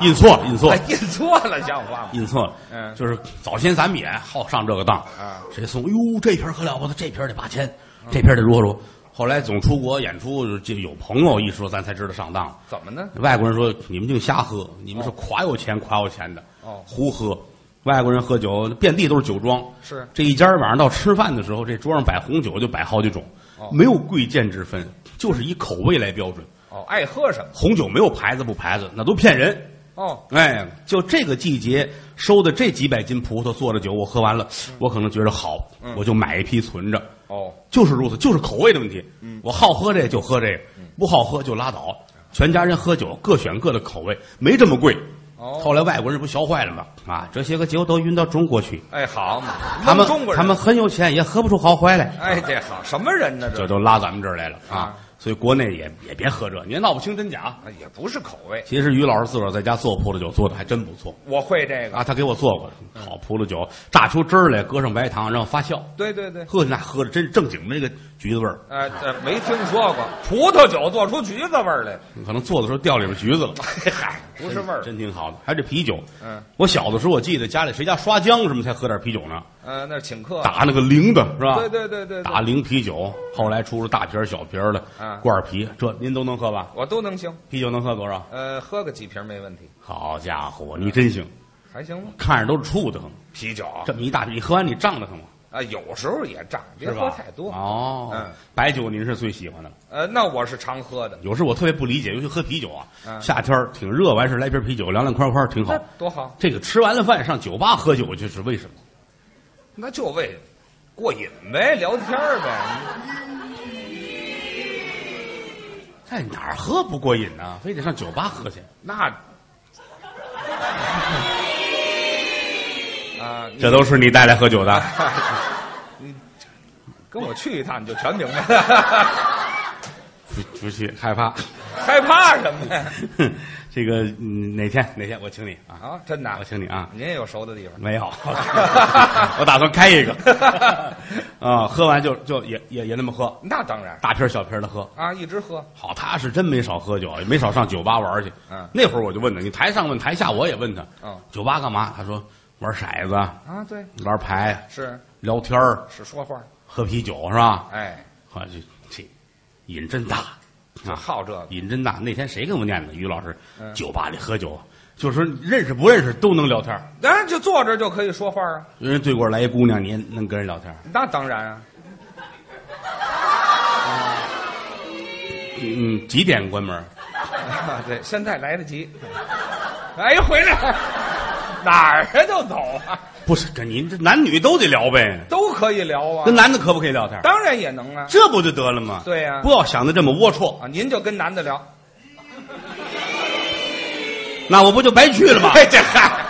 [SPEAKER 1] 印错了，印错
[SPEAKER 2] 哎
[SPEAKER 1] 了，，
[SPEAKER 2] 印错了，像话吗？
[SPEAKER 1] 印错了。
[SPEAKER 2] 嗯
[SPEAKER 1] 就是早先咱们也好上这个当
[SPEAKER 2] 啊，
[SPEAKER 1] 谁送？哟，这瓶可了不得，这瓶得八千，这瓶得如何如何。后来总出国演出，就有朋友一说，咱才知道上当了。
[SPEAKER 2] 怎么呢？
[SPEAKER 1] 外国人说你们净瞎喝，你们是垮有钱垮有钱的，
[SPEAKER 2] 哦
[SPEAKER 1] 胡喝。外国人喝酒遍地都是酒庄，
[SPEAKER 2] 是
[SPEAKER 1] 这一家晚上到吃饭的时候，这桌上摆红酒就摆好几种，没有贵贱之分，就是以口味来标准。
[SPEAKER 2] 哦，爱喝什么？
[SPEAKER 1] 红酒没有牌子不牌子，那都骗人。
[SPEAKER 2] 哦，
[SPEAKER 1] 哎，就这个季节收的这几百斤葡萄做的酒，我喝完了，
[SPEAKER 2] 嗯
[SPEAKER 1] 我可能觉得好，我就买一批存着。
[SPEAKER 2] 哦，
[SPEAKER 1] 就是如此，就是口味的问题。
[SPEAKER 2] 嗯
[SPEAKER 1] 我好喝这就喝这个，不好喝就拉倒。全家人喝酒各选各的口味，没这么贵。
[SPEAKER 2] 哦
[SPEAKER 1] 后来外国人不学坏了吗？啊，这些个酒都运到中国去，
[SPEAKER 2] 哎，好嘛，
[SPEAKER 1] 他们
[SPEAKER 2] 弄中国人，
[SPEAKER 1] 他们很有钱，也喝不出好坏来，
[SPEAKER 2] 哎，这好什么人呢？
[SPEAKER 1] 这
[SPEAKER 2] 这
[SPEAKER 1] 都拉咱们这儿来了啊
[SPEAKER 2] 啊。
[SPEAKER 1] 所以国内也也别喝这，你也闹不清真假。
[SPEAKER 2] 哎也不是口味，
[SPEAKER 1] 其实于老师自个儿在家做葡萄酒做的还真不错
[SPEAKER 2] 我会这个。
[SPEAKER 1] 啊，他给我做过好葡萄酒，榨出汁儿来，搁上白糖，让发酵，
[SPEAKER 2] 对对对，
[SPEAKER 1] 喝那喝着真正经那个橘子味儿，
[SPEAKER 2] 呃，这没听说过葡萄酒做出橘子味儿来，
[SPEAKER 1] 可能做的时候掉里边橘子了。
[SPEAKER 2] 嗨， 不是味儿。
[SPEAKER 1] 真挺好的。还有这啤酒，
[SPEAKER 2] 嗯，
[SPEAKER 1] 我小的时候我记得家里谁家刷浆什么才喝点啤酒呢，
[SPEAKER 2] 呃，那请客，
[SPEAKER 1] 打那个铃的是吧？
[SPEAKER 2] 对对对对，对
[SPEAKER 1] 打铃啤酒，后来出了大瓶儿小瓶儿的
[SPEAKER 2] 嗯，
[SPEAKER 1] 罐儿啤，这您都能喝吧？
[SPEAKER 2] 我都能行。
[SPEAKER 1] 啤酒能喝多少？
[SPEAKER 2] 呃，喝个几瓶没问题，
[SPEAKER 1] 好家伙，你真行，
[SPEAKER 2] 还行吗？
[SPEAKER 1] 看着都是怵得慌。
[SPEAKER 2] 啤酒
[SPEAKER 1] 这么一大瓶，你喝完你胀得慌吗？
[SPEAKER 2] 啊，有时候也胀，别
[SPEAKER 1] 是
[SPEAKER 2] 喝
[SPEAKER 1] 吧？
[SPEAKER 2] 太多。
[SPEAKER 1] 哦
[SPEAKER 2] 嗯，
[SPEAKER 1] 白酒您是最喜欢的。
[SPEAKER 2] 呃，那我是常喝的，
[SPEAKER 1] 有时我特别不理解，尤其喝啤酒啊，
[SPEAKER 2] 嗯
[SPEAKER 1] 夏天儿挺热，完事儿来瓶啤酒，凉凉快快儿挺好
[SPEAKER 2] 那。多好，
[SPEAKER 1] 这个吃完了饭上酒吧喝酒，这是为什么？
[SPEAKER 2] 那就为过瘾呗，聊天儿呗。
[SPEAKER 1] 在哪儿喝不过瘾呢、非得上酒吧喝去？
[SPEAKER 2] 那啊，你
[SPEAKER 1] 这都是你带来喝酒的。
[SPEAKER 2] 跟我去一趟，你就全明白了。
[SPEAKER 1] 不不去，害怕。
[SPEAKER 2] 害怕什么呀？
[SPEAKER 1] 哼这个嗯哪天哪天我请你啊，
[SPEAKER 2] 啊，真的啊
[SPEAKER 1] 我，请你啊。
[SPEAKER 2] 您也有熟的地方
[SPEAKER 1] 没有， 我打算开一个。 啊，喝完就就也也也那么喝，
[SPEAKER 2] 那当然
[SPEAKER 1] 大瓶儿小瓶儿的喝。
[SPEAKER 2] 啊，一直喝。
[SPEAKER 1] 好，他是真没少喝酒，也没少上酒吧玩儿去。
[SPEAKER 2] 嗯
[SPEAKER 1] 那会儿我就问他，你台上问台下，我也问他，
[SPEAKER 2] 嗯
[SPEAKER 1] 酒吧干嘛？他说玩骰子、
[SPEAKER 2] 啊，对，
[SPEAKER 1] 玩牌、
[SPEAKER 2] 是
[SPEAKER 1] 聊天儿
[SPEAKER 2] 是说话，
[SPEAKER 1] 喝啤酒是吧？
[SPEAKER 2] 哎，
[SPEAKER 1] 啊，这这瘾真大啊！
[SPEAKER 2] 好这个。
[SPEAKER 1] 瘾真大。那天谁跟我念的？于老师，
[SPEAKER 2] 嗯
[SPEAKER 1] 酒吧里喝酒，就是说认识不认识都能聊天儿。
[SPEAKER 2] 当然就坐这儿就可以说话啊，
[SPEAKER 1] 有人对过来一姑娘，你也能跟人聊天儿。
[SPEAKER 2] 那当然啊，
[SPEAKER 1] 嗯，几点关门？
[SPEAKER 2] 啊 对，现在来得及。哎，回来哪儿啊就走啊，
[SPEAKER 1] 不是跟您这男女都得聊呗，
[SPEAKER 2] 都可以聊啊
[SPEAKER 1] 跟，男的可不可以聊天儿？
[SPEAKER 2] 当然也能啊。
[SPEAKER 1] 这不就得了吗？
[SPEAKER 2] 对啊呀
[SPEAKER 1] 不要想的这么龌龊，
[SPEAKER 2] 啊，您就跟男的聊，
[SPEAKER 1] 那我不就白去了 吗？
[SPEAKER 2] 哎这嗨，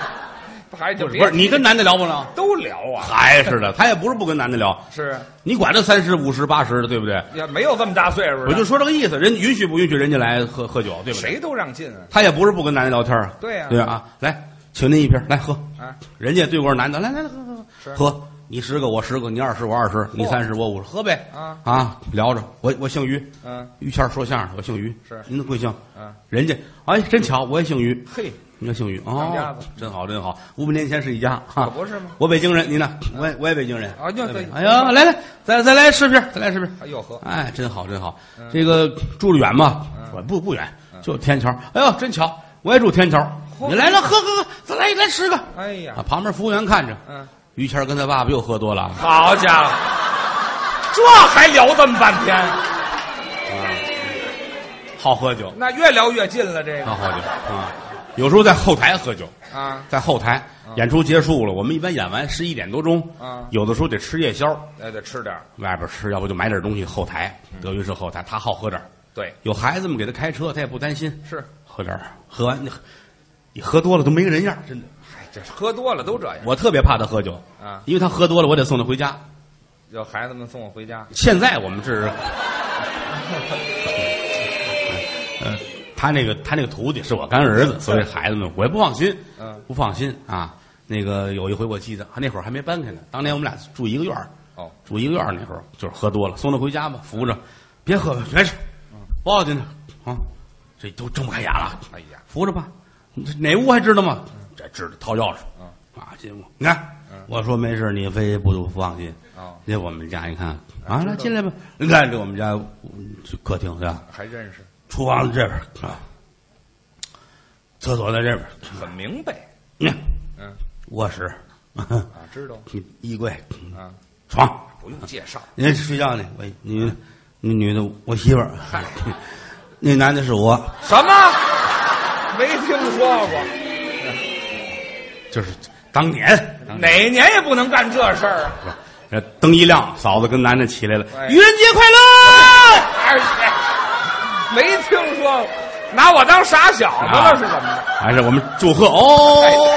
[SPEAKER 2] 还就
[SPEAKER 1] 不是
[SPEAKER 2] 别
[SPEAKER 1] 不是，你跟男的聊不聊？
[SPEAKER 2] 都聊啊，
[SPEAKER 1] 还是的，他也不是不跟男的聊，
[SPEAKER 2] 是啊
[SPEAKER 1] 你管他三十五十八十的，对不对？
[SPEAKER 2] 也没有这么大岁数的，
[SPEAKER 1] 我就说这个意思，人允许不允许人家来喝喝酒，对不对？
[SPEAKER 2] 谁都让进啊，
[SPEAKER 1] 他也不是不跟男人聊天儿啊，
[SPEAKER 2] 对呀
[SPEAKER 1] 对啊，来，请您一瓶儿，来喝。
[SPEAKER 2] 啊，
[SPEAKER 1] 人家对过男的，来来来，喝喝
[SPEAKER 2] 是
[SPEAKER 1] 喝，喝，你十个我十个，你二十我二十，你三十我五十，喝呗。
[SPEAKER 2] 啊
[SPEAKER 1] 聊着，我我姓于，
[SPEAKER 2] 嗯
[SPEAKER 1] 于谦儿说相声，我姓于，
[SPEAKER 2] 是
[SPEAKER 1] 您的贵姓？
[SPEAKER 2] 嗯，
[SPEAKER 1] 人家哎，真巧，我也姓于，
[SPEAKER 2] 嘿，
[SPEAKER 1] 你也姓于
[SPEAKER 2] 两家
[SPEAKER 1] 哦
[SPEAKER 2] 子，
[SPEAKER 1] 真好真好，五百年前是一家哈，
[SPEAKER 2] 可不是吗
[SPEAKER 1] 我北京人，您呢？我也我也北京人
[SPEAKER 2] 啊就对
[SPEAKER 1] 哎呀，来来，再再来十瓶儿，再来十瓶儿。
[SPEAKER 2] 哎呦呵，
[SPEAKER 1] 哎，真好，真好。这个住的远吗？我不不远，就天桥。哎呦，真巧，我也住天桥。
[SPEAKER 2] 嚯
[SPEAKER 1] 你来了，喝喝喝，再来来十个。
[SPEAKER 2] 哎
[SPEAKER 1] 啊
[SPEAKER 2] 呀，，
[SPEAKER 1] 旁边服务员看着，
[SPEAKER 2] 嗯，
[SPEAKER 1] 于谦儿跟他爸爸又喝多了。
[SPEAKER 2] 好家伙，这还聊这么半天，
[SPEAKER 1] 好喝酒，
[SPEAKER 2] 那越聊越近了，这
[SPEAKER 1] 好喝酒啊！有时候在后台喝酒，
[SPEAKER 2] 个啊，
[SPEAKER 1] 在后台演出结束了，我们一般演完十一点多钟
[SPEAKER 2] 啊，
[SPEAKER 1] 有的时候得吃夜宵，
[SPEAKER 2] 那得吃点儿
[SPEAKER 1] 外边吃，要不就买点东西。后台德云社后台，他好喝点儿
[SPEAKER 2] 对，
[SPEAKER 1] 有孩子们给他开车，他也不担心，
[SPEAKER 2] 是，
[SPEAKER 1] 喝点儿喝完你喝你喝多了都没个人样儿，真的。
[SPEAKER 2] 哎，这喝多了都这样
[SPEAKER 1] 我特别怕他喝酒，
[SPEAKER 2] 啊。
[SPEAKER 1] 因为他喝多了，我得送他回家。
[SPEAKER 2] 有孩子们送我回家，
[SPEAKER 1] 现在我们这是， 呃，他那个他那个徒弟是我干儿子，所以孩子们我也不放心，
[SPEAKER 2] 嗯
[SPEAKER 1] 不放心啊。那个有一回我记得，那会儿还没搬开呢，当年我们俩住一个院儿，
[SPEAKER 2] 哦，
[SPEAKER 1] 住一个院儿那会儿就是喝多了，送他回家吧，扶着，别喝了，没事，
[SPEAKER 2] 嗯
[SPEAKER 1] 不要紧的啊，这都睁不开眼了，
[SPEAKER 2] 哎呀，
[SPEAKER 1] 扶着吧，这哪屋还知道吗？这知道，掏钥匙
[SPEAKER 2] 嗯，
[SPEAKER 1] 啊，进屋，你看，我说没事，你非不不放心。
[SPEAKER 2] 哦，
[SPEAKER 1] 那我们家一看啊，来进来吧。你看这我们家嗯这客厅对吧？
[SPEAKER 2] 还认识，
[SPEAKER 1] 厨房这边啊，厕所在这边。
[SPEAKER 2] 很明白，
[SPEAKER 1] 嗯
[SPEAKER 2] 嗯，
[SPEAKER 1] 卧室
[SPEAKER 2] 啊，知道
[SPEAKER 1] 衣柜、
[SPEAKER 2] 啊，
[SPEAKER 1] 床，
[SPEAKER 2] 不用介绍，
[SPEAKER 1] 人家睡觉呢。喂，女，那女的我媳妇儿， 那男的是我，
[SPEAKER 2] 什么？没听说过，
[SPEAKER 1] 就是当年当年
[SPEAKER 2] 哪年也不能干这事儿啊！
[SPEAKER 1] 呃灯一亮，嫂子跟男的起来了，
[SPEAKER 2] 哎
[SPEAKER 1] 愚人节快乐！
[SPEAKER 2] 而且没听说过，拿我当傻小子
[SPEAKER 1] 啊
[SPEAKER 2] 了是怎么着？
[SPEAKER 1] 还是我们祝贺哦。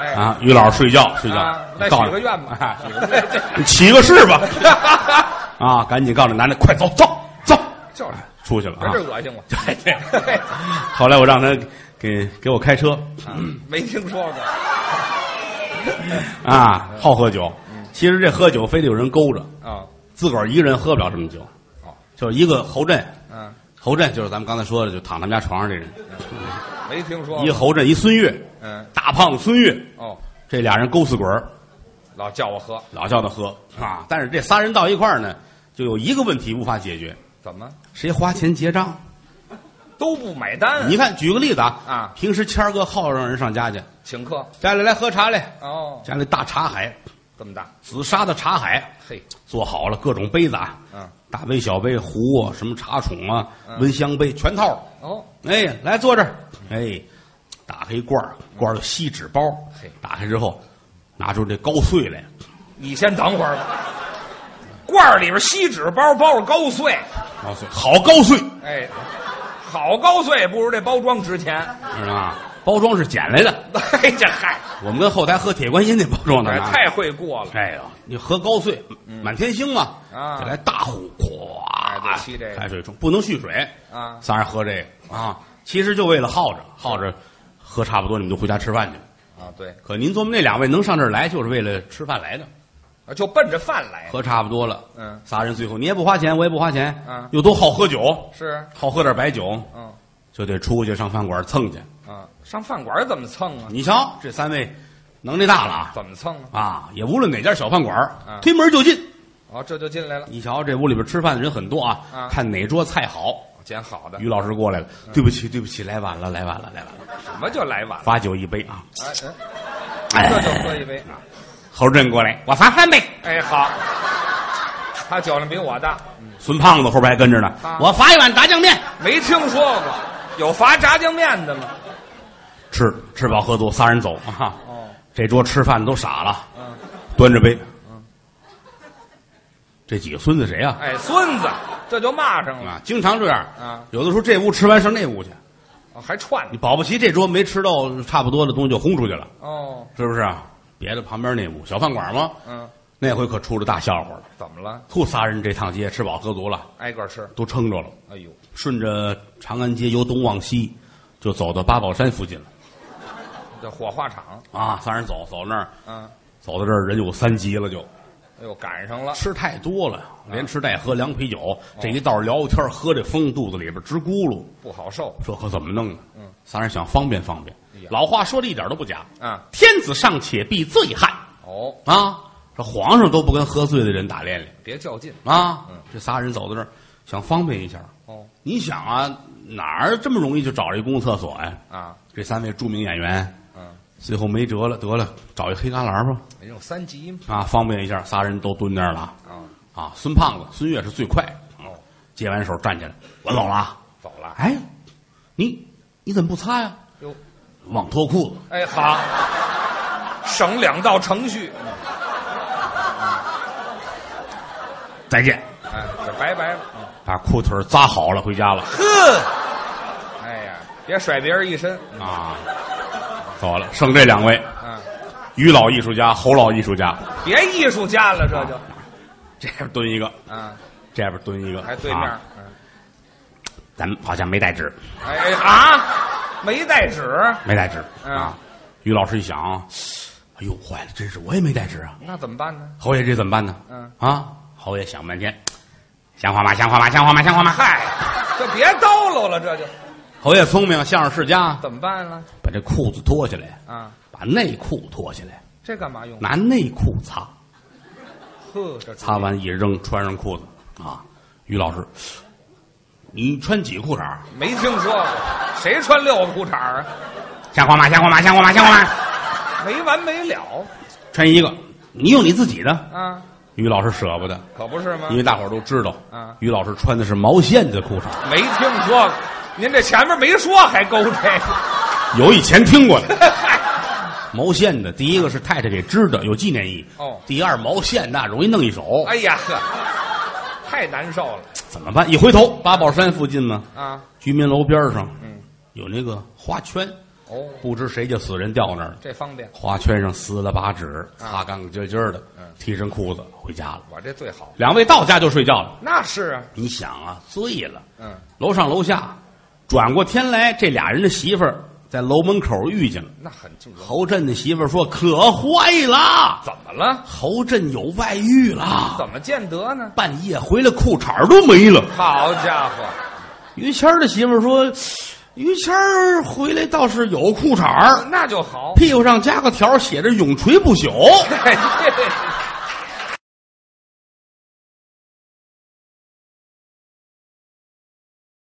[SPEAKER 2] 哎，
[SPEAKER 1] 啊，于老师睡觉睡觉
[SPEAKER 2] 啊，再，
[SPEAKER 1] 告诉
[SPEAKER 2] 许个愿吧
[SPEAKER 1] 啊，
[SPEAKER 2] 许个愿这
[SPEAKER 1] 你 起个誓吧。啊，赶紧告诉男的，快走走走，
[SPEAKER 2] 就是，
[SPEAKER 1] 出去了
[SPEAKER 2] 真
[SPEAKER 1] 啊
[SPEAKER 2] 是。恶心我。
[SPEAKER 1] 对对，后来我让他给给我开车
[SPEAKER 2] 啊没听说过，
[SPEAKER 1] 啊，好喝酒。
[SPEAKER 2] 嗯
[SPEAKER 1] 其实这喝酒非得有人勾着，
[SPEAKER 2] 啊，
[SPEAKER 1] 自个儿一个人喝不了这么酒
[SPEAKER 2] 哦。
[SPEAKER 1] 就是一个侯震，
[SPEAKER 2] 嗯，
[SPEAKER 1] 侯震就是咱们刚才说的，就躺他们家床上这人，
[SPEAKER 2] 没听说
[SPEAKER 1] 一
[SPEAKER 2] 过，
[SPEAKER 1] 侯震一孙越，
[SPEAKER 2] 嗯，
[SPEAKER 1] 大胖子孙越，
[SPEAKER 2] 哦，
[SPEAKER 1] 这俩人勾死滚儿，
[SPEAKER 2] 老叫我喝，
[SPEAKER 1] 老叫他喝啊。但是这仨人到一块儿呢，就有一个问题无法解决，
[SPEAKER 2] 怎么
[SPEAKER 1] 谁花钱结账？
[SPEAKER 2] 都不买单？
[SPEAKER 1] 你看，举个例子啊，
[SPEAKER 2] 啊
[SPEAKER 1] 平时谦儿哥好让人上家去，
[SPEAKER 2] 请客
[SPEAKER 1] 家里来喝茶来，
[SPEAKER 2] 哦，
[SPEAKER 1] 家里大茶海，
[SPEAKER 2] 这么大，
[SPEAKER 1] 紫砂的茶海
[SPEAKER 2] 嘿，
[SPEAKER 1] 做好了，各种杯子啊，
[SPEAKER 2] 嗯，
[SPEAKER 1] 大杯、小杯、壶啊，什么茶宠啊，
[SPEAKER 2] 嗯
[SPEAKER 1] 温香杯全套。
[SPEAKER 2] 哦，
[SPEAKER 1] 哎，来坐这儿，哎，打开一罐儿，罐儿有锡纸包
[SPEAKER 2] 嘿，
[SPEAKER 1] 打开之后，拿出这高碎来，
[SPEAKER 2] 你先等会儿吧。罐儿里边锡纸包包着高碎，
[SPEAKER 1] 高碎好高碎，
[SPEAKER 2] 哎，好高碎不如这包装值钱。
[SPEAKER 1] 知道吗？包装是捡来的，
[SPEAKER 2] 哎，这嗨，
[SPEAKER 1] 我们跟后台喝铁观音那包装的
[SPEAKER 2] 哎
[SPEAKER 1] 拿。
[SPEAKER 2] 太会过了。
[SPEAKER 1] 哎呀，你喝高碎，满天星嘛，
[SPEAKER 2] 啊
[SPEAKER 1] 再来大壶，咵，
[SPEAKER 2] 哎对沏这个
[SPEAKER 1] 开水冲，不能蓄水
[SPEAKER 2] 啊
[SPEAKER 1] 仨人喝这个啊，其实就为了耗着，耗着喝差不多，你们就回家吃饭去。
[SPEAKER 2] 啊，对，
[SPEAKER 1] 可您琢磨那两位能上这儿来，就是为了吃饭来的，
[SPEAKER 2] 啊就奔着饭来。
[SPEAKER 1] 喝差不多了，
[SPEAKER 2] 嗯，
[SPEAKER 1] 仨人最后你也不花钱，我也不花钱，
[SPEAKER 2] 嗯
[SPEAKER 1] 又都好喝酒，
[SPEAKER 2] 是，啊
[SPEAKER 1] 好喝点白酒，
[SPEAKER 2] 嗯
[SPEAKER 1] 就得出去上饭馆蹭去。
[SPEAKER 2] 啊，上饭馆怎么蹭啊？
[SPEAKER 1] 你瞧，这三位能力大了啊
[SPEAKER 2] 怎么蹭啊？
[SPEAKER 1] 啊！也无论哪家小饭馆
[SPEAKER 2] 嗯，
[SPEAKER 1] 推门就进。
[SPEAKER 2] 哦，这就进来了，
[SPEAKER 1] 你瞧，这屋里边吃饭的人很多啊，
[SPEAKER 2] 啊
[SPEAKER 1] 看哪桌菜好。
[SPEAKER 2] 哦捡好的
[SPEAKER 1] 于，老师过来了，
[SPEAKER 2] 嗯
[SPEAKER 1] 对不起，对不起，来晚了，来晚了，来晚了，
[SPEAKER 2] 什么就来晚了？
[SPEAKER 1] 罚酒一杯 啊！
[SPEAKER 2] 哎，哎
[SPEAKER 1] 哎
[SPEAKER 2] 这就喝一杯。
[SPEAKER 1] 侯震过来，我罚三杯。
[SPEAKER 2] 哎，好，他酒量比我大，
[SPEAKER 1] 孙胖子后边还跟着呢
[SPEAKER 2] 啊，
[SPEAKER 1] 我罚一碗炸酱面。
[SPEAKER 2] 没听说过有罚炸酱面的吗？
[SPEAKER 1] 吃吃饱喝足，仨人走啊！
[SPEAKER 2] 哦，
[SPEAKER 1] 这桌吃饭都傻了，
[SPEAKER 2] 嗯，
[SPEAKER 1] 端着杯。这几个孙子谁啊？
[SPEAKER 2] 哎，孙子，这就骂上了
[SPEAKER 1] 啊，经常这样
[SPEAKER 2] 哎啊，
[SPEAKER 1] 有的时候这屋吃完上那屋去，
[SPEAKER 2] 哦还串
[SPEAKER 1] 你保不齐这桌没吃到差不多的东西就轰出去了，
[SPEAKER 2] 哦，
[SPEAKER 1] 是不是啊？别的旁边那屋小饭馆嘛，
[SPEAKER 2] 嗯，
[SPEAKER 1] 那回可出了大笑话了。
[SPEAKER 2] 怎么了？
[SPEAKER 1] 吐仨人这趟街吃饱喝足了，
[SPEAKER 2] 挨个吃，
[SPEAKER 1] 都撑着了，
[SPEAKER 2] 哎呦，
[SPEAKER 1] 顺着长安街由东往西，就走到八宝山附近了
[SPEAKER 2] 这火化场，
[SPEAKER 1] 啊！仨人走走那儿，
[SPEAKER 2] 嗯，
[SPEAKER 1] 走到这儿人有三急了就，
[SPEAKER 2] 哎呦，赶上了，
[SPEAKER 1] 吃太多了，连吃带喝凉啤酒，这一道聊天喝这风，肚子里边直咕噜，
[SPEAKER 2] 不好受
[SPEAKER 1] 这可怎么弄呢？
[SPEAKER 2] 嗯，
[SPEAKER 1] 仨人想方便方便
[SPEAKER 2] 哎呀，
[SPEAKER 1] 老话说的一点都不假，
[SPEAKER 2] 啊。
[SPEAKER 1] 天子尚且必醉汉
[SPEAKER 2] 哦，
[SPEAKER 1] 啊，这皇上都不跟喝醉的人打连连
[SPEAKER 2] 别较劲
[SPEAKER 1] 啊
[SPEAKER 2] 嗯。
[SPEAKER 1] 这仨人走到这儿，想方便一下，
[SPEAKER 2] 哦
[SPEAKER 1] 你想啊，哪儿这么容易就找一公共厕所呀、
[SPEAKER 2] 啊，
[SPEAKER 1] 这三位著名演员
[SPEAKER 2] 嗯，
[SPEAKER 1] 最后没辙了，得了，找一黑旮旯吧，
[SPEAKER 2] 人有三级嘛
[SPEAKER 1] 啊，方便一下。仨人都蹲那儿了
[SPEAKER 2] 啊，
[SPEAKER 1] 啊。孙胖子、孙越是最快，
[SPEAKER 2] 哦，
[SPEAKER 1] 接完手站起来，我走了啊。
[SPEAKER 2] 走了，
[SPEAKER 1] 哎，你你怎么不擦呀、
[SPEAKER 2] 哟，
[SPEAKER 1] 忘脱裤子，
[SPEAKER 2] 哎，好，省两道程序，
[SPEAKER 1] 再见。
[SPEAKER 2] 哎，这拜拜了。嗯
[SPEAKER 1] 把裤腿儿扎好了，回家了
[SPEAKER 2] 呵，哎呀，别甩别人一身。
[SPEAKER 1] 啊。走了，剩这两位，
[SPEAKER 2] 嗯，
[SPEAKER 1] 于老艺术家、侯老艺术家，
[SPEAKER 2] 别艺术家了，这就
[SPEAKER 1] 这边蹲一个，
[SPEAKER 2] 啊，
[SPEAKER 1] 这边蹲一个，
[SPEAKER 2] 还对面儿
[SPEAKER 1] 啊。
[SPEAKER 2] 嗯
[SPEAKER 1] 咱们好像没带纸，
[SPEAKER 2] 哎哎啊，没带纸，
[SPEAKER 1] 没带纸
[SPEAKER 2] 嗯
[SPEAKER 1] 啊。于老师一想，哎呦，坏了，真是我也没带纸啊！
[SPEAKER 2] 那怎么办呢？
[SPEAKER 1] 侯爷这怎么办呢？
[SPEAKER 2] 嗯，
[SPEAKER 1] 啊，侯爷想半天，像话吗？像话吗？像话吗？像话吗？
[SPEAKER 2] 嗨，就别叨唠了，这就
[SPEAKER 1] 侯爷聪明，相声世家，
[SPEAKER 2] 怎么办了？
[SPEAKER 1] 把这裤子脱下来，
[SPEAKER 2] 啊，
[SPEAKER 1] 把内裤脱下来，
[SPEAKER 2] 这干嘛用？
[SPEAKER 1] 拿内裤擦，
[SPEAKER 2] 呵，这主意
[SPEAKER 1] 擦完一扔，穿上裤子啊。于老师，你穿几裤衩儿？
[SPEAKER 2] 没听说过，谁穿六个裤衩儿啊？
[SPEAKER 1] 像话吗？像话吗？像话吗？像话吗？
[SPEAKER 2] 没完没了。
[SPEAKER 1] 全一个，你有你自己的。
[SPEAKER 2] 啊，
[SPEAKER 1] 于老师舍不得，
[SPEAKER 2] 可不是吗
[SPEAKER 1] 因？为大伙儿都知道，
[SPEAKER 2] 啊
[SPEAKER 1] 于老师穿的是毛线的裤衩，
[SPEAKER 2] 没听说过，您这前面没说还勾这个，
[SPEAKER 1] 有以前听过的。毛线的，第一个是太太给织的，有纪念意义。
[SPEAKER 2] 哦
[SPEAKER 1] 第二，毛线那容易弄一手，
[SPEAKER 2] 哎呀呵，太难受了
[SPEAKER 1] 怎么办？一回头，八宝山附近嘛，
[SPEAKER 2] 啊！
[SPEAKER 1] 居民楼边上，
[SPEAKER 2] 嗯，
[SPEAKER 1] 有那个花圈，
[SPEAKER 2] 哦，
[SPEAKER 1] 不知谁家死人掉那儿了。
[SPEAKER 2] 这方便，
[SPEAKER 1] 花圈上撕了把纸，
[SPEAKER 2] 啊嗯
[SPEAKER 1] 擦干干净净的，提上裤子回家了。
[SPEAKER 2] 我这最好。
[SPEAKER 1] 两位到家就睡觉了。
[SPEAKER 2] 那是啊，
[SPEAKER 1] 你想啊，醉了，
[SPEAKER 2] 嗯，
[SPEAKER 1] 楼上楼下，转过天来，这俩人的媳妇儿在楼门口遇见了。
[SPEAKER 2] 那很正常。
[SPEAKER 1] 侯震的媳妇儿说：“可坏了，
[SPEAKER 2] 怎么了？
[SPEAKER 1] 侯震有外遇了，
[SPEAKER 2] 怎么见得呢？
[SPEAKER 1] 半夜回来裤衩儿都没了。
[SPEAKER 2] 好家伙，”
[SPEAKER 1] 于谦儿的媳妇儿说：“于谦儿回来倒是有裤衩儿，
[SPEAKER 2] 那就好。
[SPEAKER 1] 屁股上加个条儿，写着‘永垂不朽’。
[SPEAKER 2] 哎